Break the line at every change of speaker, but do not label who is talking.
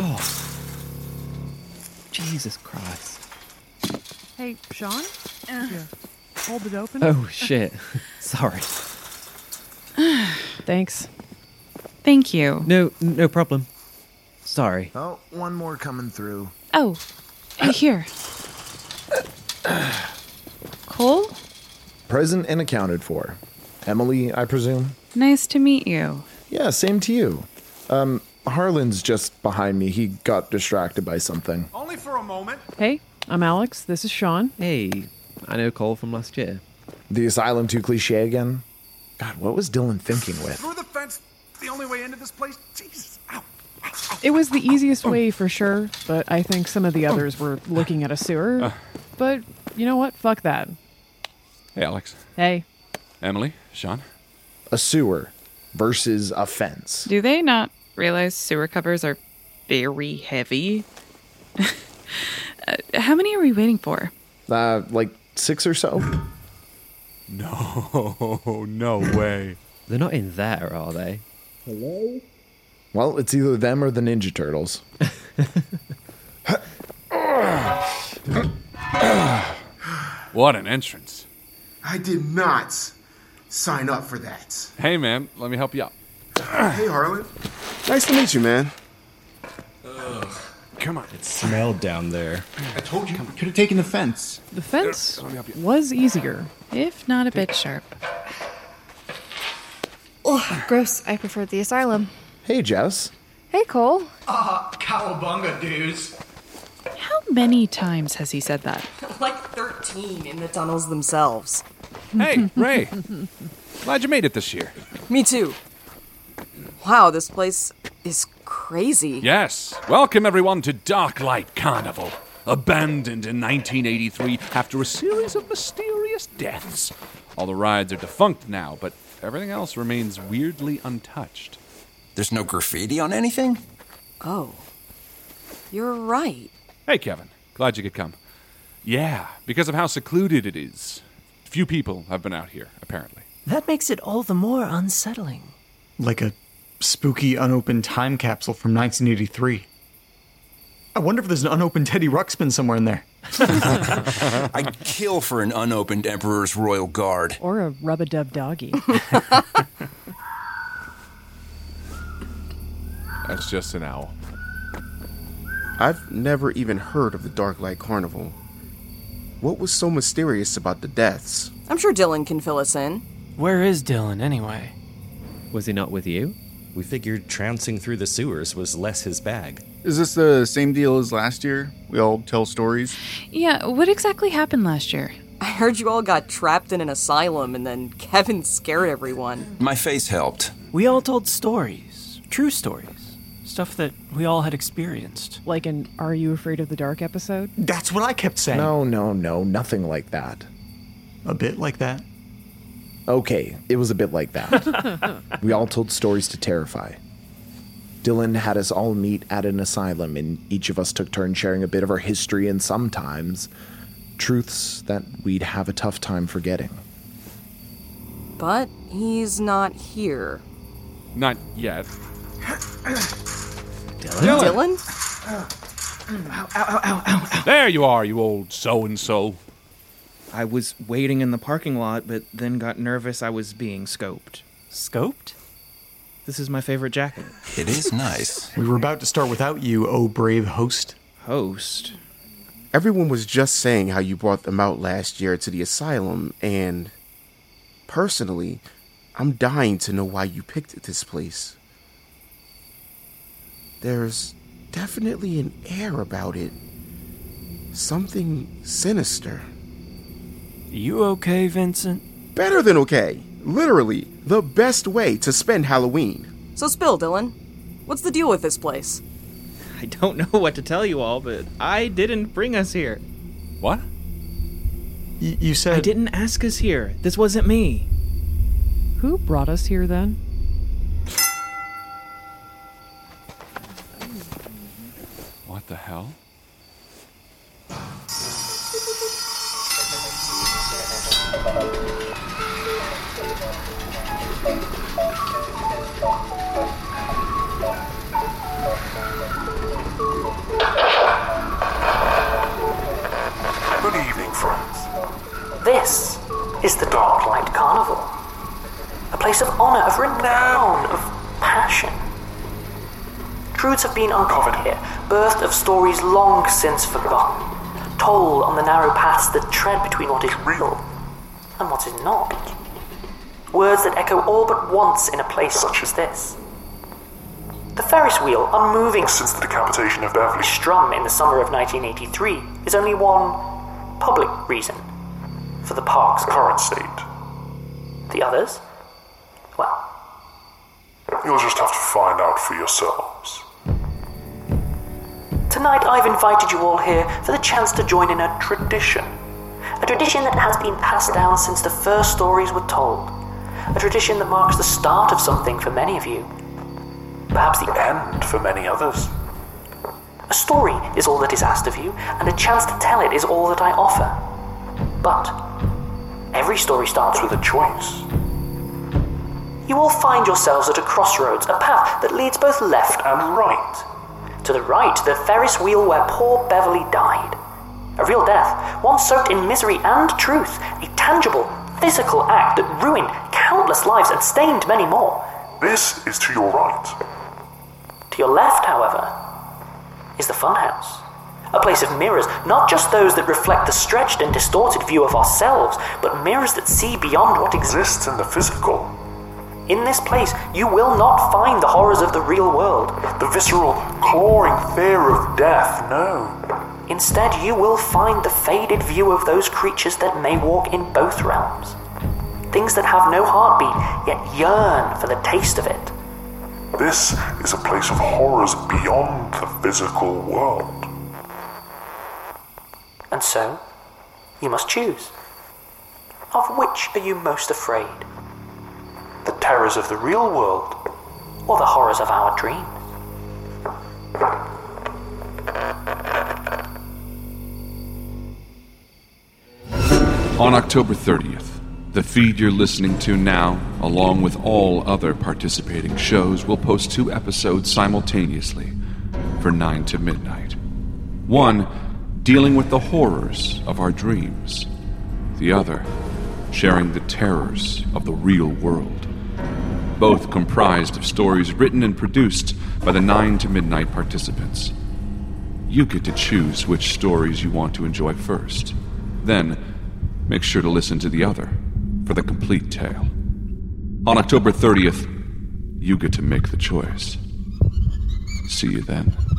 Oh. Jesus Christ.
Hey, Sean? Yeah. Hold it open.
Oh, shit. Sorry.
Thanks.
Thank you.
No, no problem. Sorry.
Oh, one more coming through.
Oh, hey, here. Cole,
Present and accounted for. Emily, I presume?
nice to meet you.
Yeah, same to you. Um, Harlan's just behind me. He got distracted by something.
Only for a moment.
Hey, I'm Alex. This is Sean.
Hey, I know Cole from last year.
The asylum too cliche again? God, what was Dylan thinking with?
Through the fence. The only way into this place. Jesus. Ow.
It was the easiest way for sure, but I think some of the others were looking at a sewer. But you know what? Fuck that.
Hey, Alex.
Hey,
Emily. Sean.
A sewer versus a fence.
Do they not realize sewer covers are very heavy? Uh, How many are we waiting for?
Uh, like six or so?
No, Oh, no way.
They're not in there, are they?
Well, it's either them or the Ninja Turtles.
What an entrance.
I did not sign up for that.
Hey, man, let me help you out.
Hey, Harlan.
Nice to meet you, man.
Come on.
Smelled down there.
I told you. Could have taken the fence.
the fence was easier.
If not a bit sharp.
Ugh, gross. I prefer the asylum.
Hey, Jess.
Hey, Cole.
Cowabunga, dudes.
How many times has he said that?
like 13 in the tunnels themselves.
Hey, Ray. Glad you made it this year.
Me too. Wow, this place is crazy.
Yes. Welcome, everyone, to Darklight Carnival. Abandoned in 1983 after a series of mysterious deaths. All the rides are defunct now, but everything else remains weirdly untouched.
There's no graffiti on anything?
Oh. You're right.
Hey, Kevin. Glad you could come. Yeah, because of how secluded it is. Few people have been out here, apparently.
That makes it all the more unsettling.
Like a spooky unopened time capsule from 1983. I wonder if there's an unopened Teddy Ruxpin somewhere in there.
I'd kill for an unopened Emperor's Royal Guard.
Or a rub a dub doggy.
That's just an owl.
I've never even heard of the Darklight Carnival. What was so mysterious about the deaths?
I'm sure Dylan can fill us in.
Where is Dylan, anyway?
Was he not with you?
We figured trouncing through the sewers was less his bag.
Is this the same deal as last year? We all tell stories?
Yeah, what exactly happened last year?
I heard you all got trapped in an asylum and then Kevin scared everyone.
My face helped.
We all told stories, true stories, stuff that we all had experienced.
like an Are You Afraid of the Dark episode?
That's what I kept saying.
No, no, no, nothing like that.
A bit like that.
Okay, it was a bit like that. we all told stories to terrify. Dylan had us all meet at an asylum, and each of us took turns sharing a bit of our history and sometimes truths that we'd have a tough time forgetting.
But he's not here.
Not yet.
Dylan?
There you are, you old so and so.
I was waiting in the parking lot, but then got nervous I was being scoped.
Scoped?
This is my favorite jacket.
It is nice.
We were about to start without you, oh brave host.
Host.
Everyone was just saying how you brought them out last year to the asylum, and personally, I'm dying to know why you picked this place.
There's definitely an air about it. Something sinister.
You okay, Vincent?
Better than okay. Literally, the best way to spend Halloween.
So spill, Dylan. What's the deal with this place?
I don't know what to tell you all, but I didn't bring us here.
What?
Y- you said
I didn't ask us here. This wasn't me.
Who brought us here then?
What the hell?
This is the Dark Light Carnival, a place of honor, of renown, of passion. Truths have been uncovered here, birth of stories long since forgotten, told on the narrow paths that tread between what is real and what is not. Words that echo all but once in a place such as this. The Ferris wheel, unmoving since the decapitation of Beverly Strum in the summer of 1983, is only one public reason for the park's current state. The others? Well.
You'll just have to find out for yourselves.
Tonight I've invited you all here for the chance to join in a tradition. A tradition that has been passed down since the first stories were told. A tradition that marks the start of something for many of you, perhaps the end for many others. A story is all that is asked of you, and a chance to tell it is all that I offer. But every story starts with a choice. You will find yourselves at a crossroads, a path that leads both left and right. To the right, the Ferris wheel where poor Beverly died. A real death, one soaked in misery and truth, a tangible, physical act that ruined countless lives and stained many more.
This is to your right.
To your left, however, is the funhouse. A place of mirrors, not just those that reflect the stretched and distorted view of ourselves, but mirrors that see beyond what exists
in the physical.
In this place, you will not find the horrors of the real world.
The visceral, clawing fear of death, no.
Instead, you will find the faded view of those creatures that may walk in both realms things that have no heartbeat, yet yearn for the taste of it.
This is a place of horrors beyond the physical world.
And so, you must choose. Of which are you most afraid? The terrors of the real world, or the horrors of our dreams?
On October 30th, the feed you're listening to now, along with all other participating shows, will post two episodes simultaneously for 9 to midnight. One, dealing with the horrors of our dreams. The other, sharing the terrors of the real world. Both comprised of stories written and produced by the 9 to midnight participants. You get to choose which stories you want to enjoy first. Then, make sure to listen to the other for the complete tale. On October 30th, you get to make the choice. See you then.